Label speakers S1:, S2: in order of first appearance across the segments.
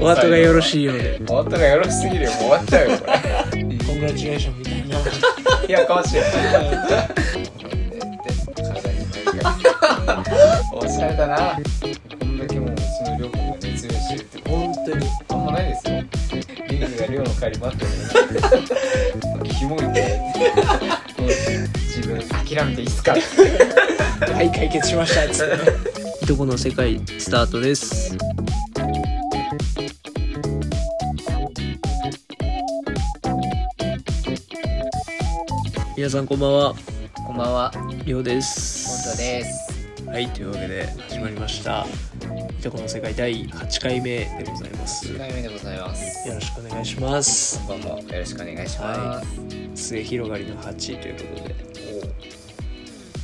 S1: お後がよろしいようで
S2: お後がよろしすぎるよもう終わっちゃうよこ
S1: コングラチュエーションみたいな
S2: れいやかもしれないおしゃれだなこんだけもううちの両君が熱量してるって
S1: 本当に
S2: あんまないですよリングが寮の帰り待ってるキモいねもう自分諦めていいっすか
S1: はい解決しましたっつっていとこの世界スタートです皆さんこんばんは
S2: こんばんは
S1: りょうです
S2: 本当です
S1: はいというわけで始まりましたいとこの世界第8回目でございます
S2: 1
S1: よ
S2: 回目でございます
S1: ろしくお願いします
S2: 今晩もよろしくお願いします、
S1: 末広がりの8ということで
S2: おう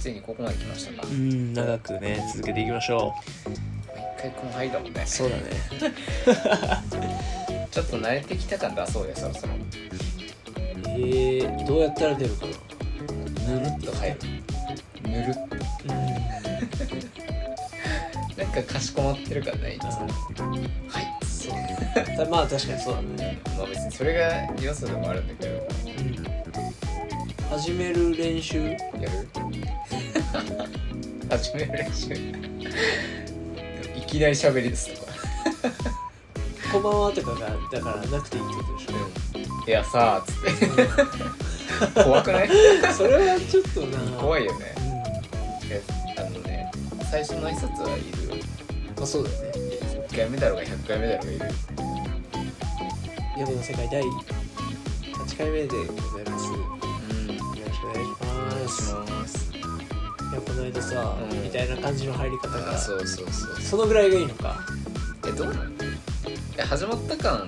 S2: ついにここまで来ましたか
S1: うん長くね続けていきましょ
S2: 一回この範囲だもんね
S1: うそうだね
S2: ちょっと慣れてきた感出そうよそろそろ
S1: えー、どうやったら出るかな
S2: ぬるっと入るぬるっとなんかかしこまってる感ないですねはいそう
S1: うんまあ確かにそうだね、
S2: まあ別にそれが要素でもあるんだけど
S1: 始める練習
S2: やる 始める練習いきなり喋りですとか
S1: 「こんばんは」とかがだからなくていいってことでし
S2: いやさあっつって怖くない
S1: ょそれはちょっとな
S2: 怖
S1: い、
S2: いよねえあのね最初の挨拶はいる
S1: うん、あそうだよね
S2: 1回目だろうが100回目だろうがいる
S1: 夜の世界第8回目でございますよ
S2: うん
S1: ろしくお願いします
S2: ます
S1: いやこの間さ、
S2: うん
S1: みたいな感じの入り方
S2: あ
S1: がそ
S2: そうそうそう
S1: のぐらいがいいのか
S2: えどうなのえ始まった感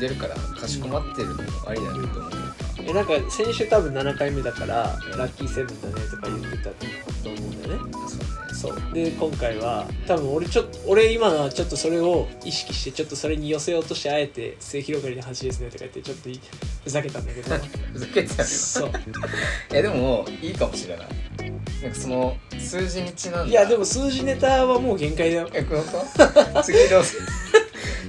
S2: 出るからかしこまってるのもありだねと思う
S1: えなんか先週多分7回目だから「ラッキーセブンだね」とか言ってたと思うんだよね
S2: そうね
S1: そうで今回は多分俺ちょっと俺今のはちょっとそれを意識してちょっとそれに寄せようとしてあえて「末広がりの端ですね」とか言ってちょっといふざけたんだけど
S2: ふざけてたよ
S1: そう
S2: えでもいいかもしれないなんかその数字にちなんだ
S1: いやでも数字ネタはもう限界だよ
S2: えこの 次どうする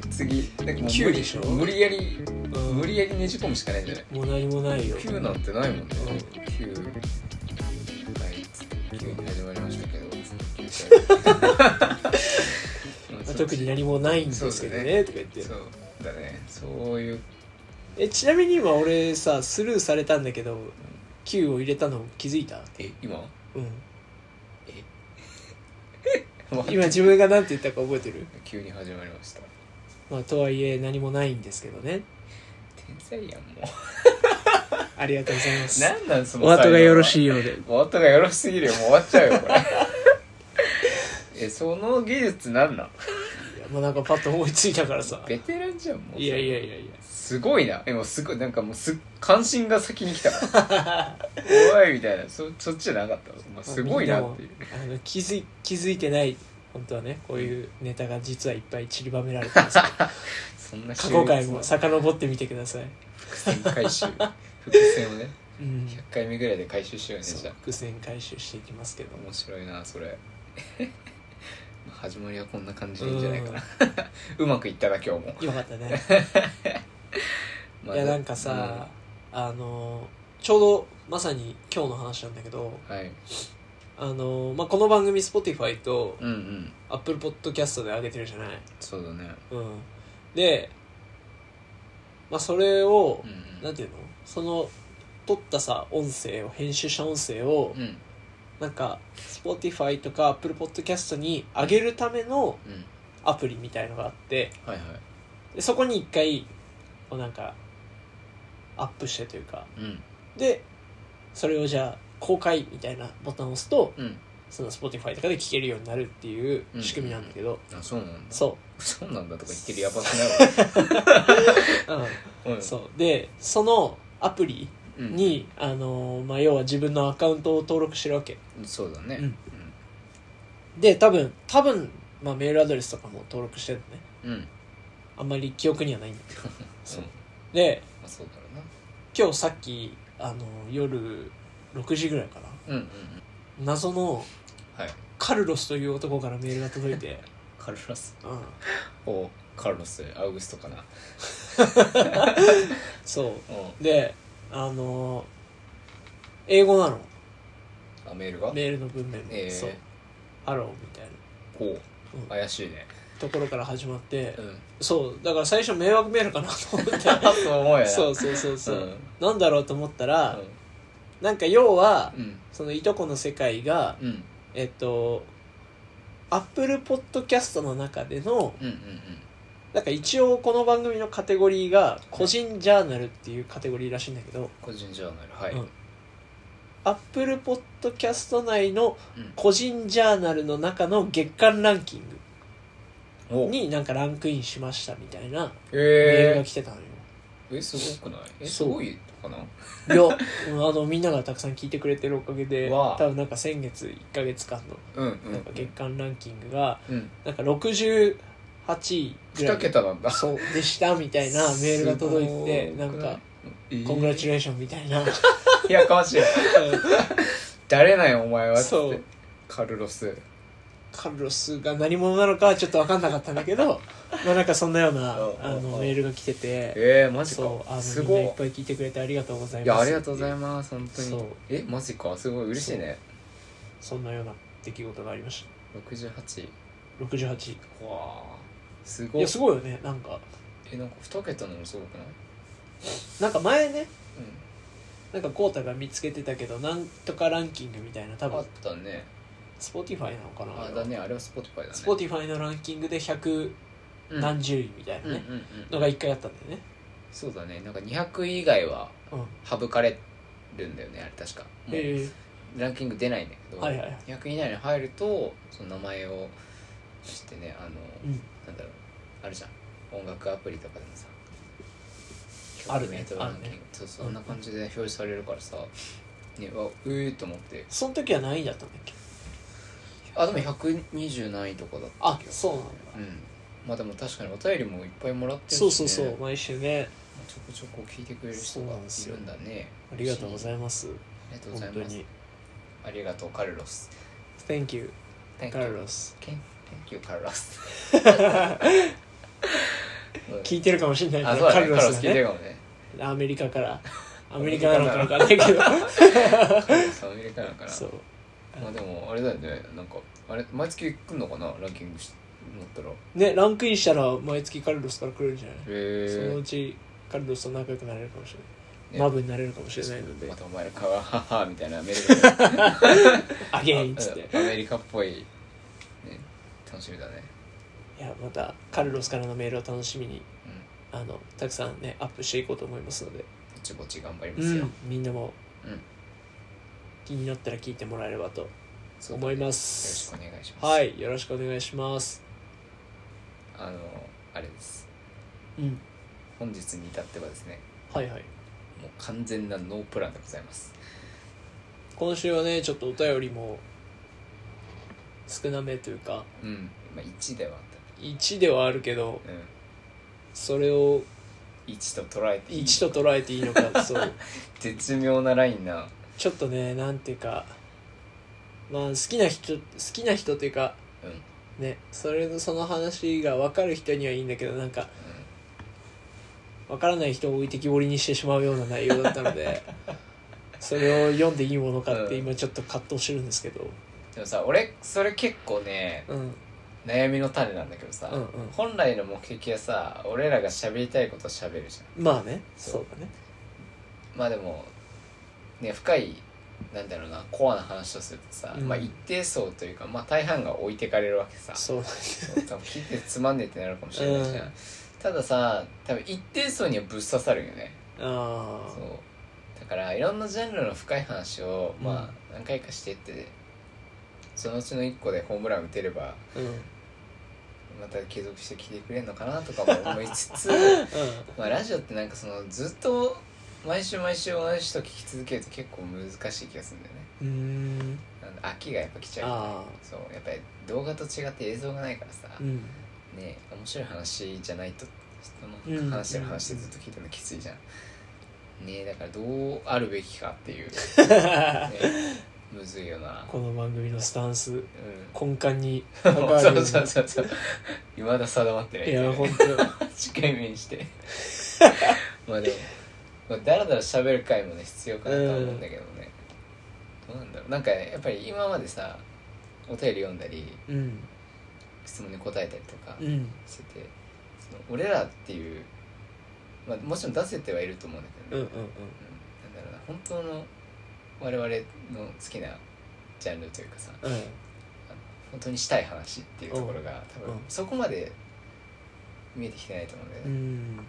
S2: 次なんかもう無理
S1: 9でしょ
S2: 無理やり
S1: うん
S2: 無理やりねじ込むしかないんじゃない
S1: もう何もないよ
S2: 9なんてないもんね9
S1: うん
S2: はいつって9に始まりましたけどつって9
S1: まあ特に何もないんですけどねとか言って
S2: そうだねそういう
S1: えちなみに今俺さスルーされたんだけど9を入れたの気づいた
S2: え今
S1: うん
S2: 今
S1: 今自分が何て言ったか覚えてる
S2: 急に始まりました
S1: まあとはいえ何もないんですけどね
S2: 天才やんも う
S1: ありがとうございます
S2: なんなんその
S1: お後がよろし
S2: い
S1: いようで
S2: お後がよろしすぎるよもう終わっちゃうよこれ えその技術なんなん
S1: いやまあなんかパッと思いついたからさ
S2: ベテランじゃんもう
S1: いやいやいやいや
S2: すごいなえもうすごいなんかもうす関心が先に来た怖いみたいなそそっちじゃなかったまあすごいなっていう
S1: あの気づい気づいてない本当はねこういうネタが実はいっぱい散りばめら れてます過
S2: そんな
S1: 去回も遡ってみてください
S2: 伏線回収伏線をね
S1: うん
S2: 100回目ぐらいで回収しようよね
S1: そ
S2: じゃ
S1: う
S2: あ
S1: 伏線回収していきますけども
S2: 面白いなそれまあ始まりはこんな感じでいいんじゃないかなうまくいったな今日も、
S1: よかったね
S2: まあ
S1: いやなんかさ、あのちょうどまさに今日の話なんだけど
S2: うんはい
S1: あの、まあ、この番組 Spotify と
S2: うんうん
S1: Apple Podcast で上げてるじゃない、
S2: そうだね
S1: うん、で、まあ、それを
S2: うんうん
S1: なんていうのその撮ったさ音声を編集した音声を、
S2: うん
S1: なんか Spotify とか Apple Podcast に上げるための
S2: うん
S1: アプリみたいのがあって
S2: はいはい
S1: でそこに一回こうなんかアップしてというか
S2: うん
S1: でそれをじゃあ公開みたいなボタンを押すと
S2: うん
S1: その Spotify とかで聴けるようになるっていう仕組みなんだけど、
S2: あそうなんだ
S1: そ
S2: そうなんだとか言ってるやばくな
S1: う、
S2: い
S1: うん、
S2: う
S1: そうでそのアプリ
S2: うん
S1: に、あのーまあ、要は自分のアカウントを登録してるわけ
S2: そうだね
S1: うんで多分多分、まあ、メールアドレスとかも登録してるのね
S2: うんうん
S1: あんまり記憶にはないんだけど
S2: そうま
S1: で
S2: あそうだろう
S1: 今日さっき、あのー夜6時ぐらいかな
S2: なうんうん
S1: 謎の
S2: はい
S1: カルロスという男からメールが届いて、
S2: カルロス
S1: うん、
S2: おカルロス・アウグストかな
S1: そううであのー英語なの
S2: んあメールが
S1: メールの文面も、
S2: えー
S1: そうハローみたいな、
S2: ほう
S1: うん
S2: 怪しいね
S1: ところから始まって、
S2: うん
S1: そうだから最初迷惑メールかなと 思って
S2: そう思うやな
S1: そうそうそうそう、
S2: うん
S1: なんだろうと思ったら、
S2: うん
S1: なんか要は、
S2: うん
S1: そのいとこの世界が
S2: うん
S1: えっとアップルポッドキャストの中での
S2: うんうん
S1: なんか一応この番組のカテゴリーが個人ジャーナルっていうカテゴリーらしいんだけど
S2: 個人ジャーナルはい、
S1: うんアップルポッドキャスト内の
S2: うん
S1: 個人ジャーナルの中の月間ランキン
S2: お
S1: グになんかランクインしましたみたいなメール
S2: え
S1: が来てたの よ、
S2: ー、えすごくないえす
S1: そう
S2: ごいかない
S1: やあのみんながたくさん聞いてくれてるおかげで
S2: わあ
S1: 多分なんか先月1か月間の
S2: うんう
S1: なん
S2: ん
S1: か月間ランキングが
S2: うん
S1: なんか68位ぐら
S2: 2
S1: い
S2: 桁なんだ
S1: そうでしたみたいなメールが届いて
S2: すご
S1: な
S2: く
S1: んか
S2: えー
S1: 「コングラチュレーション」みたいな
S2: いやかましいだれないお前はつって
S1: そう
S2: カルロス
S1: カルロスが何者なのかはちょっと分かんなかったんだ けどまあなんかそんなような
S2: うんうん
S1: あのメールが来てて
S2: えー、マジか
S1: そうあ
S2: す
S1: のみん
S2: ご
S1: ないっ
S2: い
S1: ぱい聞いてくれてありがとうございます
S2: いやありがとうござい
S1: す
S2: ます本当
S1: そう
S2: にえマジかすごい嬉しいね
S1: そんなような出来事がありまし
S2: 68
S1: た68
S2: うわあす
S1: い
S2: ごい
S1: やすごいよねなんか
S2: えなんか2桁なのすごくない
S1: なんか前ね
S2: うん
S1: なんかコータが見つけてたけどなんとかランキングみたいな多
S2: あっ
S1: 分
S2: たね
S1: Spotify なのかな
S2: あだねあれは Spotify だね
S1: Spotify のランキングで100
S2: うん
S1: 何十位みたい
S2: うん
S1: な
S2: うん
S1: ね
S2: う
S1: の
S2: ん
S1: が1回あったんだよね
S2: そうだねなんか200以外は
S1: うん
S2: 省かれるんだよねあれ確かもう
S1: え
S2: ランキング出ないんだけど、
S1: はいはいはい
S2: 200以内に入るとその名前を知ってねあの、
S1: えうん
S2: なんだろうあるじゃん音楽アプリとかでもさ
S1: あるね
S2: 曲名とランキング
S1: あるね
S2: そうそんな感じで表示されるからさねわうーっと思って
S1: その時は何位だったんだっけ
S2: あでも120何位とかだったっけど
S1: そうなんだ
S2: うんまあでも確かにお便りもいっぱいもらってるし、
S1: そ
S2: ね、
S1: うそうそう毎週ね
S2: ちょこちょこ聞いてくれる人
S1: そう
S2: が
S1: なんです
S2: い
S1: よ
S2: るんだね
S1: ありがとうござ
S2: い
S1: います
S2: ますありがとうご
S1: 本
S2: ざい
S1: 当
S2: ます
S1: に
S2: ありがとうカルロス
S1: Thank you
S2: Thank
S1: カルロス
S2: Thank you カルロス
S1: 聞いてるかもしれな
S2: あ
S1: い
S2: そう
S1: カ
S2: だね
S1: ル
S2: カル
S1: ロ
S2: ロス
S1: ス
S2: 聞いて
S1: がね
S2: るかもね
S1: アメリ カからア
S2: アメ
S1: メリ
S2: リ
S1: カ
S2: カ
S1: な
S2: な
S1: の
S2: の
S1: か
S2: か
S1: わかんないけど
S2: カルロスアメリカなのかな
S1: そう
S2: まあでもあれだよねなんかあれ毎月来んのかなランキングし乗ったらへ
S1: ねランクインしたら毎月カルロスから来るんじゃないその
S2: え
S1: うちカルロスと仲良くなれるかもしれな
S2: ね
S1: いマブになれるかもしれないので
S2: またお前らカワハハみたいなアメリカの
S1: ア ゲインっつって
S2: あアメリカっぽい、ね、楽しみだね
S1: いやまたカルロスからのメールを楽しみに
S2: うん
S1: あのたくさんねアップしていこうと思いますので
S2: ぼちぼち頑張りま
S1: う
S2: すよ、
S1: んみんなも
S2: うん
S1: 気になったら聞いてもらえればと
S2: そうだね
S1: 思いま
S2: よろ
S1: す
S2: しくお願いします
S1: はいよろしくお願いします
S2: あのあれです
S1: うん
S2: 本日に至ってはですね
S1: はいはい
S2: もう完全なノープランでございます
S1: 今週はねちょっとお便りも少なめというか
S2: うんまあ1ではあっ
S1: 1ではあるけど
S2: たね
S1: それを
S2: うん1と捉えていい
S1: 1と捉えていい のかそう
S2: 絶妙なラインな
S1: ちょっとねなんていうかまあ好きな人好きな人というか
S2: うん、うん、
S1: ねそれのその話が分かる人にはいいんだけどなんか分からない人を置いてきぼりにしてしまうような内容だったのでそれを読んでいいものかって
S2: うん
S1: 今ちょっと葛藤してるんですけど、
S2: でもさ俺それ結構ね
S1: うん、うん
S2: 悩みの種なんだけどさ、
S1: うんうん
S2: 本来の目的はさ俺らが喋りたいことを喋るじゃ
S1: まあね
S2: そ
S1: そううだね
S2: んまあでもね深いなんだろうなコアな話をするとさ、
S1: うん
S2: まあ一定層というか、まあ、大半が置いてかれるわけ さ
S1: そう
S2: 多分聞いてつまんねえってなるかもしれないじゃん、
S1: うん
S2: たださ多分一定層にはぶっ刺さるよね
S1: あ
S2: そう
S1: あ
S2: だからいろんなジャンルの深い話を
S1: うん
S2: まあ何回かしてってそのうちの1個でホームラン打てれば
S1: うんうん
S2: また継続して聞いてくれるのかなとかも思いつ つまあラジオってなんかそのずっと毎週毎週同じ人聞き続けると結構難しい気がするんだよね
S1: うーん
S2: なんで飽きがやっぱ来ちゃう
S1: あ
S2: そうやっぱり動画と違って映像がないからさ、
S1: あうん
S2: ね面白い話じゃないと
S1: うん、
S2: 人の話してる話ずっと聞いてるのきついじゃん、ねだからどうあるべきかっていう、ねむずいよな
S1: この番組のスタンス
S2: うん
S1: 根幹に関わるよ う
S2: そう
S1: に
S2: そうそうそういまだ定まってない
S1: いや本当
S2: 近い目にして ま あでも、まあ、だらだら喋る回もね必要かなとは思うんだけどね、どうなんだろうなんかやっぱり今までさお便り読んだり
S1: うん
S2: 質問に答えたりとか
S1: うん
S2: してて、その俺らっていう、まあ、もちろん出せてはいると思うんだけど
S1: うんうんう
S2: ね、
S1: ん
S2: うんなんだろうな本当の我々の好きなジャンルというかさ
S1: うん
S2: 本当にしたい話っていうところが多
S1: う
S2: 分
S1: ん
S2: そこまで見えてきてないと思うんだよね、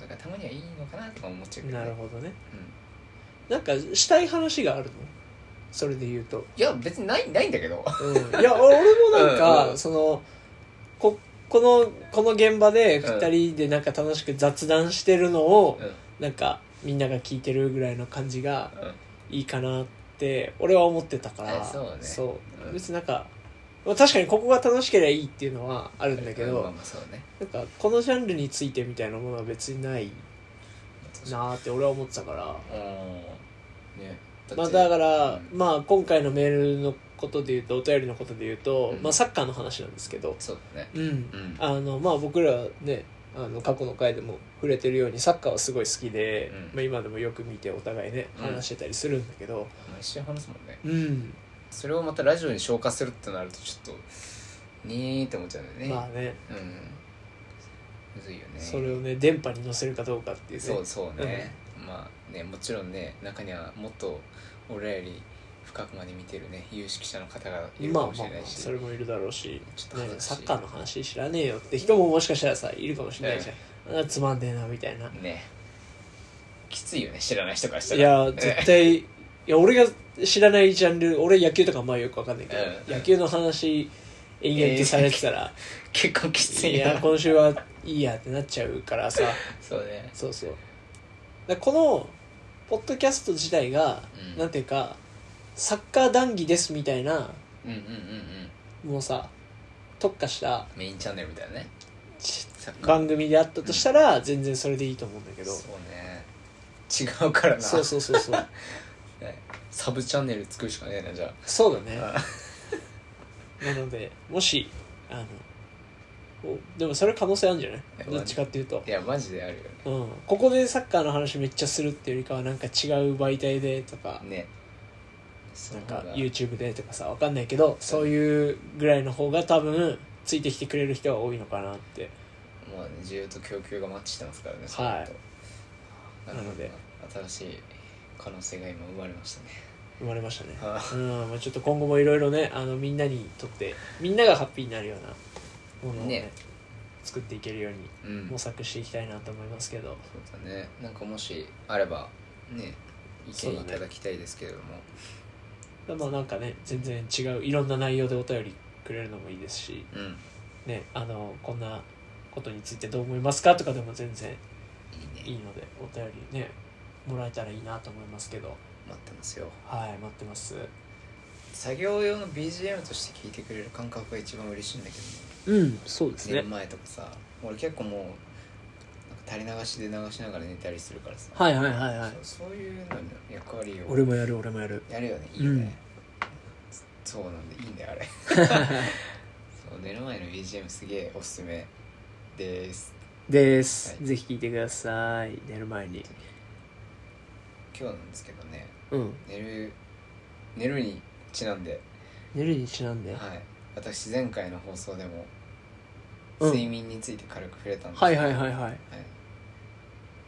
S2: だからたまにはいいのかなとか思っちゃ
S1: う
S2: うんけど、
S1: な
S2: ね、
S1: るほどね
S2: うん
S1: なんかしたい話があるのそれで言うと、
S2: いや別にないないんだけど
S1: うん、いや俺もなんか、
S2: うんうん
S1: そのここのこの現場で2人でなんか楽しく雑談してるのを、
S2: うん
S1: なんかみんなが聞いてるぐらいの感じが
S2: うん
S1: いいかなって俺は思ってたから
S2: あそうね
S1: う
S2: うん
S1: 別になんかまあ確かにここが楽しければいいっていうのはあるんだけ
S2: まあ
S1: ど、
S2: まあそうね
S1: なんかこのジャンルについてみたいなものは別にないなーって俺は思ってたから、
S2: うんね
S1: まあ、だから、
S2: うん
S1: まあ、今回のメールのことで言うとお便りのことで言うと、
S2: うん
S1: まあ、サッカーの話なんですけど、
S2: そうだね
S1: うん
S2: うん
S1: あのまあ、僕らねあの過去の回でも触れてるようにサッカーはすごい好きで、
S2: うん
S1: まあ、今でもよく見てお互いね
S2: うん
S1: 話してたりするんだけど、
S2: 毎週話すもんね
S1: うん、
S2: それをまたラジオに消化するってなるとちょっとにーって思っちゃうんだよね、
S1: まあね
S2: うんむずいよね
S1: それをね電波に乗せるかどうかっていうね
S2: そうそうね、まあねもちろんね中にはもっと俺らより深くまで見てるね有識者の方がいる
S1: ま
S2: か
S1: あまあ
S2: もし
S1: まあ
S2: れないし、
S1: それもいるだろうし、
S2: ちょっと
S1: ね
S2: 恥ず、かしい
S1: サッカーの話知らねえよって人ももしかしたらさいるかもしれないじゃん、あつまんねえなみたいな
S2: ねきついよね知らない人からした
S1: い
S2: ら
S1: や
S2: ね
S1: 絶対いや俺が知らないジャンル俺野球とかまあよくわかんないけど、
S2: うん
S1: 野球の話延々とされてたら、
S2: 結構きつ
S1: い
S2: い
S1: や
S2: よ
S1: 今週はいいやってなっちゃうからさ
S2: そうね
S1: そうそうだからこのポッドキャスト自体が、
S2: うん
S1: なんていうかサッカー談義ですみたいな
S2: うんうんうんうん
S1: もうさ特化した
S2: メインチャンネルみたいなね
S1: ち
S2: サッカー
S1: 番組であったとしたら、全然それでいいと思うんだけど
S2: そうね違うからな
S1: そうそうそう そう
S2: ねサブチャンネル作るしかねえなじゃ
S1: そうだね
S2: あ
S1: なのでもしあのおでもそれ可能性あるんじゃない
S2: え
S1: どっちかっていうと
S2: い、やマジであるよ
S1: うん、ここでサッカーの話めっちゃするっていうよりかはなんか違う媒体でとか、
S2: ねね
S1: なん
S2: その
S1: か
S2: 方が
S1: YouTube でとかさわかんないけどそういうぐらいの方が多分ついてきてくれる人が多いのかなって
S2: まあね需要と供給がマッチしてますからね
S1: い
S2: そうなると
S1: なので
S2: 新しい可能性が今生まれましたね
S1: 生まれましたね
S2: あ
S1: うんまあ、ちょっと今後もいろいろねあのみんなにとってみんながハッピーになるようなものをね
S2: ね
S1: 作っていけるように
S2: うん
S1: 模索していきたいなと思いますけど
S2: そうだねなんかもしあればね意
S1: そう
S2: 見
S1: だ
S2: い
S1: ね
S2: ただきたいですけれども、
S1: まあなんかね全然違ういろんな内容でお便りくれるのもいいですし、
S2: うん
S1: ね、あのこんなことについてどう思いますかとかでも全然
S2: いい
S1: い
S2: ね
S1: いのでお便りねもらえたらいいなと思いますけど
S2: 待ってますよ
S1: はい待ってます
S2: 作業用の BGM として聴いてくれる感覚が一番嬉しいんだけどね
S1: うんそうです
S2: 寝
S1: ね
S2: る前とかさ俺結構もうなんか垂れ流しで流しながら寝たりするからさ、
S1: はいはいはいはい
S2: そうそういうのの役割を
S1: 俺もやる俺もやる
S2: やるよねいいよね、
S1: うん
S2: そうなんでいいんだよ あれそう寝る前の BGM すげえおすすめです
S1: です、
S2: はい
S1: ぜひ聞いてください寝る前に
S2: 今日なんですけどね
S1: うん
S2: 寝る寝るにちなんで、
S1: 寝るにちなんで、
S2: はい、私前回の放送でも
S1: うん
S2: 睡眠について軽く触れたんです
S1: はいはい
S2: はい
S1: はいはい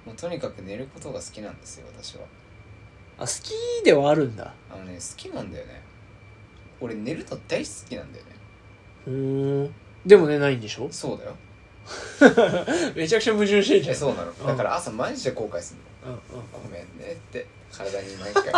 S2: もうとにかく寝ることが好きなんですよ私は
S1: あ好きではあるんだ
S2: あのね好きなんだよね俺寝るの大好きなんだよね
S1: うーんでもねないんでしょ
S2: そうだよ
S1: めちゃくちゃ矛盾してんじゃ
S2: え
S1: ん
S2: そうなのだから朝毎日で後悔するの
S1: うんうん
S2: ごめんねって体に毎 回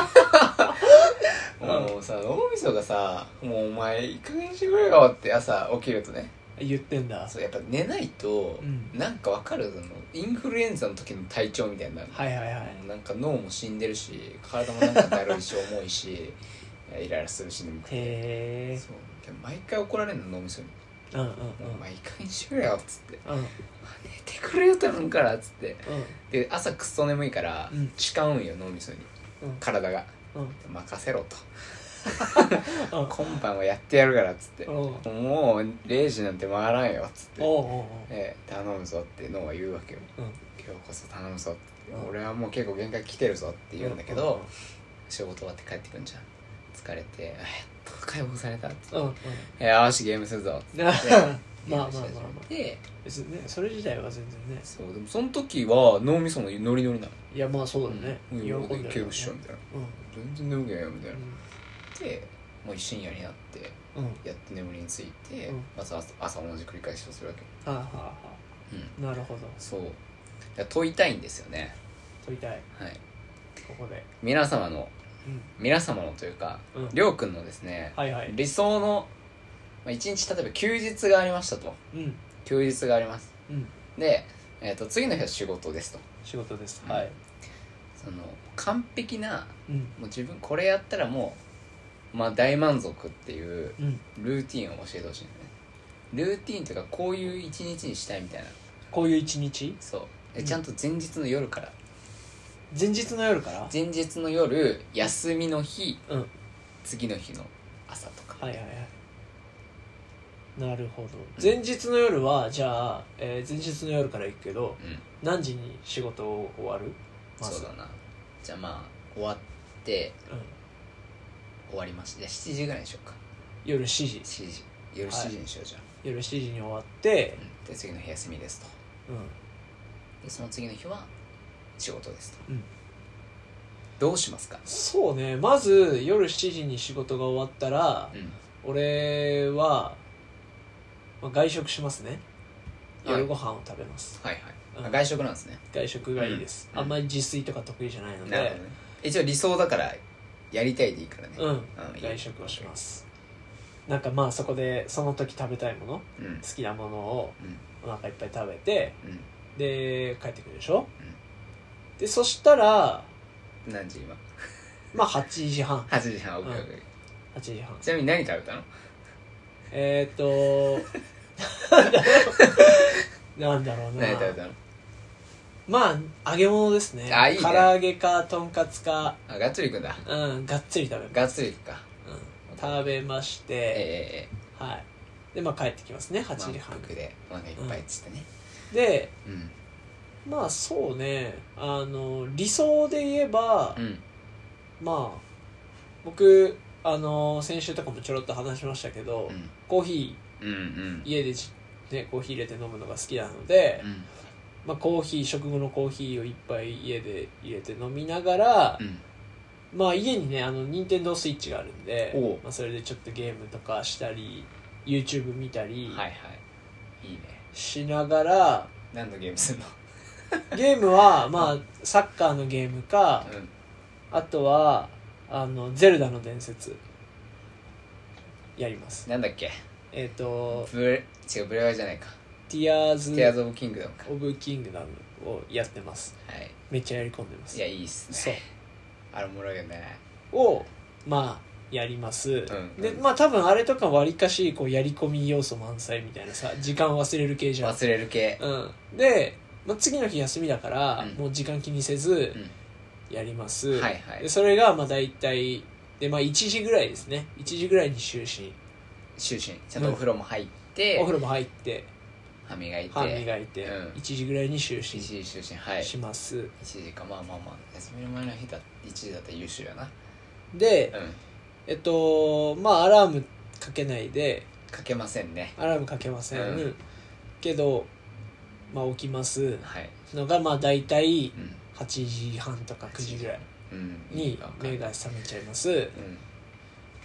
S2: もうさ脳みそがさ「もうお前いい加減にしてくれよ」って朝起きるとね
S1: 言ってんだ
S2: そうやっぱ寝ないと、
S1: うん
S2: なんかわかるそのインフルエンザの時の体調みたいになる、
S1: はいはいはい
S2: もうなんか脳も死んでるし体もなんかだるいし重いしイライラするし眠くて
S1: へえ
S2: そうで毎回怒られるの脳みそに
S1: うんうんうん
S2: 「お前いい加減にしてくれよ」っつって
S1: うん
S2: 「寝てくれよ頼むから」っつって
S1: うん
S2: で朝クソ眠いから
S1: うん
S2: 誓うんよ脳みそに
S1: うん
S2: 体が
S1: うん
S2: 任せろと
S1: うん
S2: 今晩はやってやるからっつって
S1: うんおう
S2: もう0時なんて回らんよっつって、
S1: おうおう
S2: ええ頼むぞっていうのは言うわけよ
S1: うん
S2: 今日こそ頼むぞって
S1: うん
S2: 俺はもう結構限界来てるぞって言うんだけど仕事終わって帰ってくんじゃん疲れて「あやっと解放された」っつって
S1: うん うん
S2: 「えよしゲームするぞ」っつって
S1: まあまあまあまあ
S2: で
S1: 別にねそれ自体は全然ね
S2: そうでもその時は脳みそもノリノリなの
S1: いやまあそうだね
S2: うん
S1: 喜んでるよ
S2: い
S1: ね
S2: けるっしょみたいな全然眠くないよみたいなでもう深夜になって
S1: うんうん
S2: やって眠りについて
S1: うん
S2: まず朝朝同じ繰り返しをするわけ
S1: はあはあは
S2: うん
S1: あなるほど
S2: そういや問いたいんですよね
S1: 問いたい
S2: はい
S1: ここで
S2: 皆様の
S1: うん
S2: 皆様のというか
S1: うん
S2: りょうくんのですね
S1: はいはい
S2: 理想のまあ一日例えば休日がありましたと
S1: うん
S2: 休日があります
S1: うん
S2: で、えー、と次の日は仕事ですと
S1: 仕事です
S2: うんその完璧な
S1: うん
S2: もう自分これやったらもう、まあ、大満足っていう
S1: うん
S2: ルーティンを教えてほしいんだよねルーティンというかこういう一日にしたいみたいな
S1: こういう一日
S2: そうで
S1: うん
S2: ちゃんと前日の夜から
S1: 前日の夜から
S2: 前日の夜休みの日
S1: うん
S2: 次の日の朝とか
S1: はいはいはいなるほど前日の夜はじゃあ、えー前日の夜から行くけど
S2: うん
S1: 何時に仕事を終わるま
S2: そう
S1: ず
S2: だなじゃあまあ終わって
S1: うん、
S2: 終わりましたじゃあ7時ぐらいにしようか
S1: 夜7時
S2: 7時夜
S1: はい
S2: 7時にしようじゃん、
S1: 夜7時に終わって
S2: うんで次の日休みですと
S1: う
S2: でその次の日は仕事ですと、
S1: うん
S2: どうしますか
S1: んそうねまず夜7時に仕事が終わったら
S2: うん
S1: 俺は、まあ、外食しますね
S2: はい
S1: 夜ご飯を食べます、
S2: はいはい、あ
S1: うん
S2: 外食なんですね
S1: 外食がいいです、
S2: うん
S1: あんまり自炊とか得意じゃないので
S2: なるほどね一応理想だからやりたいでいいからね、
S1: うん
S2: いい
S1: 外食をしますなんかまあそこでその時食べたいもの
S2: うんうん
S1: 好きなものをお腹いっぱい食べて
S2: う
S1: で帰ってくるでしょ、
S2: う
S1: でそしたら
S2: ん何時今
S1: まあ8時半
S2: 8時半 OKOK、
S1: うん8時半
S2: ちなみに何食べたの
S1: えー、っとなんだろうな
S2: 何食べたの
S1: まあ揚げ物ですね
S2: あいいね
S1: 唐揚げかとんかつか
S2: あがっつり行くんだ
S1: うんがっつり食べます、
S2: がっつり行くか
S1: うん、食べまし
S2: え
S1: て、
S2: えええ
S1: はいでまあ帰ってきますね8時半
S2: 満腹でお腹いっぱいっつってね
S1: で
S2: うん
S1: まあそうねあの理想で言えば、
S2: うん
S1: まあ僕あの先週とかもちょろっと話しましたけど、
S2: うん
S1: コーヒ
S2: うんうん
S1: ー家でじ、ね、コーヒー入れて飲むのが好きなので、
S2: うん
S1: まあ、コーヒー食後のコーヒーを一杯家で入れて飲みながら
S2: う、ん
S1: まあ、家にねあの任天堂スイッチがあるんで
S2: おう、
S1: まあ、それでちょっとゲームとかしたり YouTube 見たり
S2: はいはいいいね
S1: しながら、
S2: 何のゲームすんの
S1: ゲーム は、まあ、サッカーのゲームか
S2: うん
S1: あとはあの「ゼルダの伝説」やります
S2: なんだっけ
S1: えっ、と
S2: ブレ違うブレワイじゃないか
S1: 「
S2: 「
S1: Tears
S2: ティアーズ・オブ・キングダム」か
S1: of Kingdom」をやってます
S2: はい
S1: めっちゃやり込んでます
S2: いやいいっすね
S1: そう
S2: あれおもろいよね
S1: をまあやります、
S2: ん
S1: でまあ多分あれとかわりかしこうやり込み要素満載みたいなさ時間忘れる系じゃん、
S2: 忘れる系
S1: うん、で、まあ、次の日休みだから、
S2: うん
S1: もう時間気にせず
S2: うん
S1: やります、
S2: はいはい
S1: でそれがまあ大体で、まあ、1時ぐらいですね1時ぐらいに就寝
S2: 就寝ちゃんとお風呂も入って
S1: お風呂も入って
S2: 歯磨いて
S1: 歯磨いて、
S2: うん
S1: 1時ぐらいに就
S2: 1
S1: 寝
S2: 時就寝はい
S1: します、
S2: 1時かまあまあまあ休みの前の日だ1時だったら優秀やな
S1: で
S2: うん
S1: えっとまあアラームかけないで
S2: かけませんね
S1: アラームかけません、
S2: うん
S1: けど、まあ、起きます
S2: はい
S1: のがまあ大体
S2: うん
S1: 8時半とか9時ぐらい
S2: うんいい
S1: に
S2: か
S1: 目が覚めちゃいます
S2: うん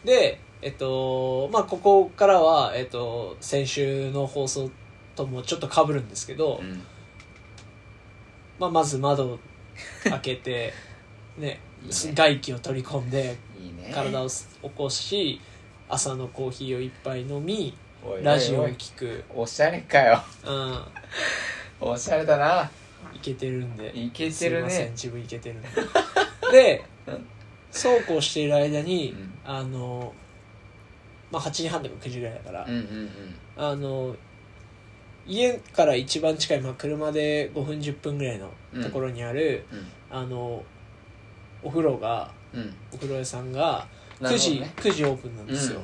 S1: でえっとまあここからは、えっと、先週の放送ともちょっとかぶるんですけど、
S2: うん
S1: まあ、まず窓を開けて ね
S2: いいね
S1: 外気を取り込んで
S2: いいね
S1: 体を起こし朝のコーヒーを一杯飲み
S2: おいおいおい
S1: ラジオを聴く、
S2: おしゃれかよ
S1: うん、
S2: おしゃれだない
S1: けてるんで
S2: いけ
S1: す
S2: て
S1: い
S2: る
S1: ません
S2: ね
S1: 自分いけてるん でで
S2: うん
S1: そうこうしている間に、
S2: うん
S1: あのまあ8時半とか9時ぐらいだから、
S2: うんうんうん
S1: あの家から一番近い、まあ、車で5分10分ぐらいのところにある、
S2: うん
S1: あのお風呂が
S2: うん
S1: お風呂屋さんが
S2: な
S1: 9
S2: るほど
S1: 時、
S2: ね
S1: 9時オープンなんですよ、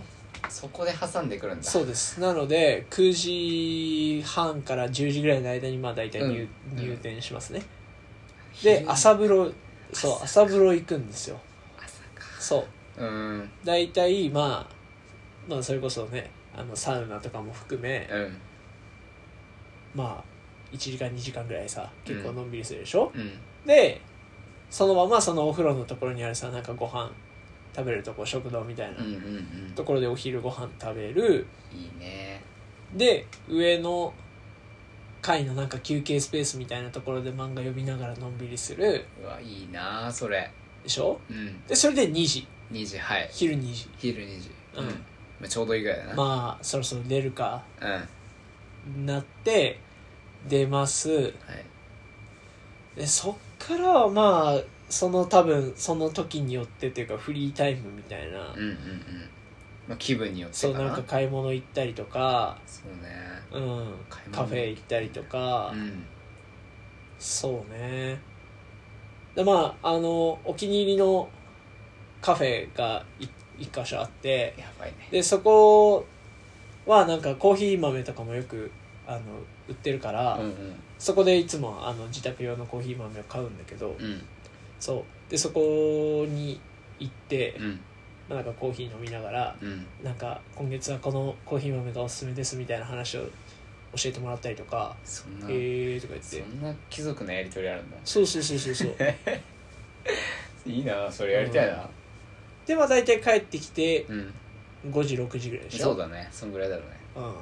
S2: そこで挟んでくるんだ
S1: そうですなので9時半から10時ぐらいの間にまあ大体入,、
S2: うん
S1: 入店しますね
S2: 昼
S1: で朝風呂そう朝風呂行くんですよ
S2: 朝か
S1: そ
S2: う
S1: う
S2: ん
S1: 大体まあまあそれこそねあのサウナとかも含め、
S2: うん
S1: まあ1時間2時間ぐらいさ結構のんびりするでしょ、
S2: うん
S1: でそのままそのお風呂のところにあるさなんかご飯食べるとこ食堂みたいな
S2: うんうんうん
S1: ところでお昼ご飯食べる
S2: いいね
S1: で上の階のなんか休憩スペースみたいなところで漫画読みながらのんびりする
S2: うわいいなあそれ
S1: でしょ
S2: うん
S1: でそれで2時
S2: 2時はい
S1: 昼2時
S2: 昼2時
S1: うん
S2: まあちょうどいいぐらいだな
S1: まあそろそろ出るか
S2: うんは
S1: なって出ます
S2: い
S1: でそっからはまあその多分その時によってっていうかフリータイムみたいな、
S2: うんうんうんまあ気分によって
S1: そう
S2: か
S1: なん
S2: な
S1: か買い物行ったりとか、
S2: そうね
S1: うん、
S2: 買い物
S1: カフェ行ったりとか、
S2: うん
S1: そうねでまああのお気に入りのカフェがい一箇所あって
S2: やばいね
S1: でそこはなんかコーヒー豆とかもよくあの売ってるから、
S2: うんうん
S1: そこでいつもあの自宅用のコーヒー豆を買うんだけど、
S2: うん
S1: そうでそこに行って、
S2: うん
S1: まあ、なんかコーヒー飲みながら
S2: うん
S1: なんか今月はこのコーヒー豆がおすすめですみたいな話を教えてもらったりとか
S2: そん
S1: 「
S2: な
S1: へえ」とか言っ
S2: そ
S1: て
S2: んな貴族のやりとりあるんだ
S1: そうそうそうそうそう
S2: いいなそれやりたいな
S1: でまあ大体帰ってきて
S2: うん
S1: 5時6時ぐらいでしょ
S2: そうだねそんぐらいだろうね
S1: うん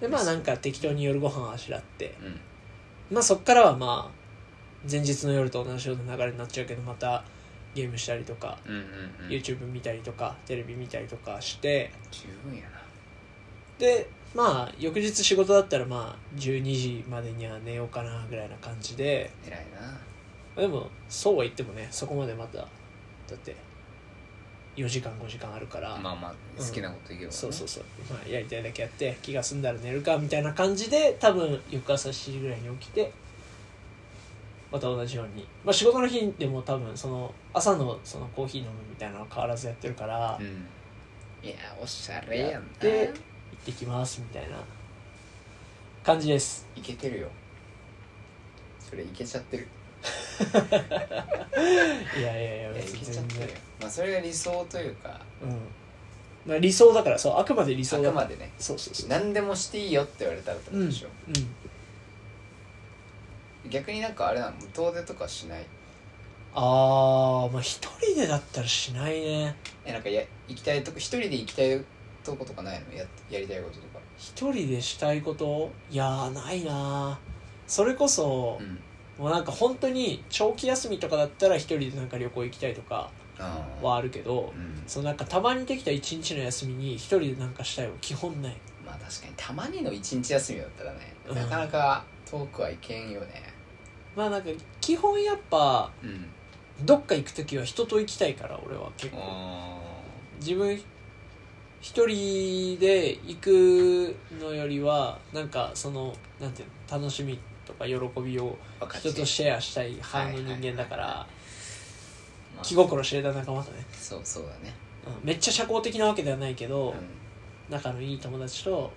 S1: でまあなんか適当に夜ご飯あしらって
S2: うん
S1: まあそっからはまあ前日の夜と同じような流れになっちゃうけどまたゲームしたりとか
S2: うんうんうん
S1: YouTube 見たりとかテレビ見たりとかして
S2: 十分やな
S1: でまあ翌日仕事だったらまあ12時までには寝ようかなぐらいな感じで
S2: 偉いな
S1: でもそうは言ってもねそこまでまただって4時間5時間あるから、
S2: まあまあ好きなこといけばね
S1: そうそうそう、まあ、やりたいだけやって気が済んだら寝るかみたいな感じで多分翌朝7時ぐらいに起きてまた同じように、まあ、仕事の日でも多分その朝のそのコーヒー飲むみたいなのは変わらずやってるから、
S2: う
S1: 行
S2: んいやおしゃれやんな
S1: でってきますみたいな感じです
S2: いけてるよそれいけちゃってる
S1: いやいやいや
S2: いやい
S1: 別
S2: け
S1: に
S2: ちゃっ
S1: 全
S2: てるよ
S1: 然、
S2: まあ、それが理想というか
S1: うんまあ、理想だからそうあくまで理
S2: あ
S1: 想だ
S2: く
S1: から
S2: までね
S1: そうそうそう
S2: 何でもしていいよって言われたらってことでしょ、
S1: うん、
S2: 逆になんかあれなの遠出とかしない
S1: ああまあ一人でだったらしないね
S2: えなんかや行きたいとこ一人で行きたいとことかないのややりたいこととか
S1: 一人でしたいこといやーないなーそれこそ、
S2: ん
S1: もうなんか本当に長期休みとかだったら一人でなんか旅行行きたいとか
S2: ああ
S1: はあるけど、
S2: うん
S1: そのなんかたまにできた一日の休みに一人でなんかしたいは基本ない
S2: まあ確かにたまにの一日休みだったらね
S1: うん
S2: なかなか遠くはいけんよね
S1: まあなんか基本やっぱ
S2: うん
S1: どっか行く時は人と行きたいから俺は結構
S2: あ
S1: 自分一人で行くのよりはなんかそのなんていうの楽しみとか喜びを
S2: あ分か
S1: 人とシェアしたい派の人間だか
S2: はいはい
S1: ら
S2: まあ
S1: 気心知れた仲間とね、
S2: そうそうだね
S1: うん、めっちゃ社交的なわけではないけど、
S2: うん
S1: 仲のいい友達と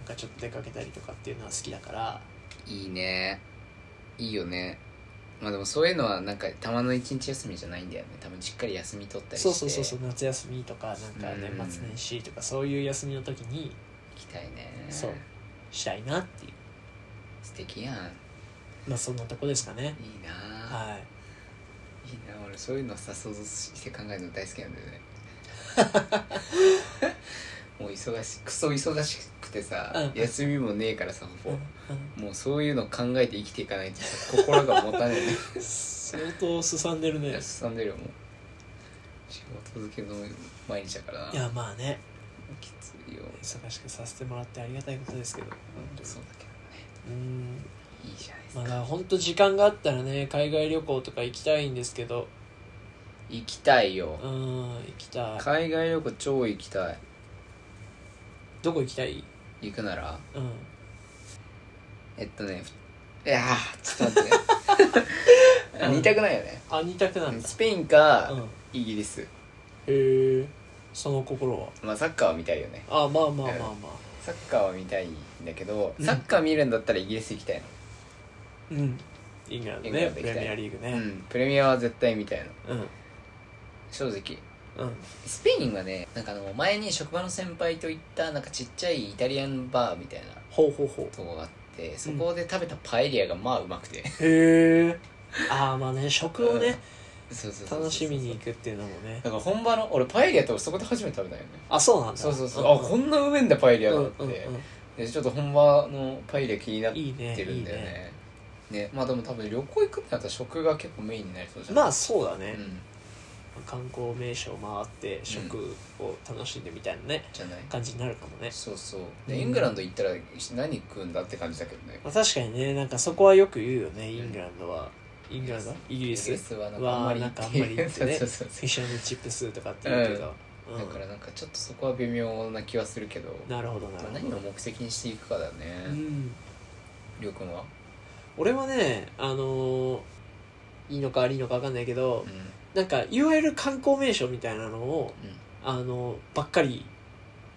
S1: なんかちょっと出かけたりとかっていうのは好きだから
S2: いいねいいよねまあでもそういうのはなんかたまの一日休みじゃないんだよね多分しっかり休み取ったりして
S1: そうそうそうそう夏休みとかなんか
S2: うん
S1: 年末年始とかそういう休みの時に
S2: 行きたいね
S1: そうしたいなっていう
S2: 素敵やんいい
S1: まあそんなとこですかね
S2: なあ
S1: は
S2: い
S1: い
S2: な俺そういうのさ想像して考えるの大好きなんだよ ねもう忙しクソ忙しくてさ、
S1: うん
S2: 休みもねえからさほぼ、
S1: うんうん
S2: もうそういうの考えて生きていかないとさ心が持たないね
S1: 相当すさんでるね
S2: 進んでるよもう仕事漬けの毎日だからない
S1: やまあね
S2: きついよ
S1: 忙しくさせてもらってありがたいことですけど
S2: そうだけどね
S1: うん
S2: いいじゃないです
S1: ま
S2: か、
S1: あだから本当時間があったらね海外旅行とか行きたいんですけど
S2: 行きたいよ
S1: うん行きたい
S2: 海外旅行超行きたい
S1: どこ行きたい
S2: 行くなら
S1: うん
S2: えっとねふいやーちょっと待ってね
S1: うん
S2: 似たくないよね
S1: あ二択なんだ
S2: スペインか、
S1: うん
S2: イギリス
S1: へえその心は
S2: まあサッカーは見たいよね
S1: あまあまあまあまあ
S2: サッカーは見たいんだけど
S1: うん
S2: サッカー見るんだったらイギリス行きたい
S1: うんイングランド
S2: イングラ
S1: ね
S2: ンド
S1: プ
S2: 行きた
S1: レ
S2: い
S1: ミアリーグ
S2: の、
S1: ね
S2: うんプレミアは絶対見たいの
S1: うん
S2: 正直
S1: うん
S2: スペインはねなんかあの前に職場の先輩と行ったなんかちっちゃいイタリアンバーみたいな
S1: ほうほうほ
S2: とこがあってそこで食べたパエリアがまあうまくて
S1: うへえああまあね食をね
S2: そうそうそうそう
S1: 楽しみに行くっていうのもね
S2: だから本場の俺パエリアって俺そこで初めて食べたよね
S1: あそうなんだ
S2: そうそうそうあこんなうめんだパエリアだって、
S1: うんうんうん
S2: でちょっと本場のパエリア気になっ
S1: いいね
S2: てる
S1: いい
S2: んだよね
S1: ね
S2: ねまあでも多分旅行行くってなったら食が結構メインになりそうじゃん
S1: ま
S2: あ
S1: あそうだね
S2: う、ん
S1: 観光名所を回って食を楽しんでみたいなね、
S2: じゃない
S1: 感じになるかもね、
S2: そうそう
S1: う
S2: で
S1: ん
S2: イングランド行ったら何食うんだって感じだけどね
S1: まあ、確かにねなんかそこはよく言うよねイングランドは、イングランドイギ
S2: イ
S1: リ
S2: ギリ
S1: ス
S2: スはなんかあんまり
S1: はなんかあんまり行ってね
S2: そうそう
S1: フ
S2: そ
S1: ィッシュチップスとかって言うけど、
S2: う
S1: うん
S2: だからなんかちょっとそこは微妙な気はするけど
S1: なるほどなるほど、
S2: 何を目的にしていくかだよね
S1: うん、
S2: りょうくんは
S1: 俺はねあのーいいのか悪いのか分かんないけど、
S2: うん
S1: なんかいわゆる観光名所みたいなのをあのばっかり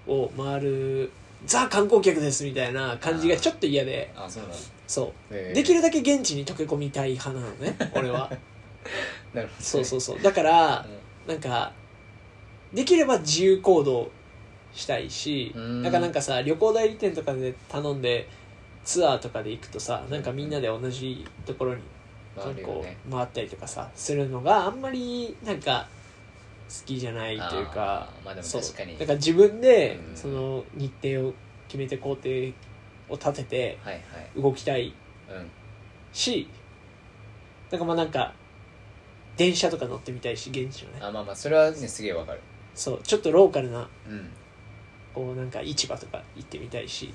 S1: を回るザ観光客ですみたいな感じがちょっと嫌で
S2: あそうなんだ
S1: そう
S2: へー
S1: できるだけ現地に溶け込みたい派なのね俺は
S2: なるほどね
S1: そうそうそうだからなんかできれば自由行動したいし
S2: うん
S1: なんかなんかさ旅行代理店とかで頼んでツアーとかで行くとさなんかみんなで同じところに
S2: うん
S1: 観
S2: あるよ
S1: 光
S2: ね
S1: 回ったりとかさするのがあんまりなんか好きじゃないという
S2: あ
S1: か
S2: ーまあでも
S1: そう
S2: 確かに
S1: だから自分で
S2: うん
S1: その日程を決めて工程を立てて
S2: はい
S1: 動きたい
S2: はいうん
S1: しなんかまあなんか電車とか乗ってみたいし現地のね
S2: あまあまあそれはねすげえわかる
S1: そうちょっとローカルな
S2: うん
S1: こうなんか市場とか行ってみたいし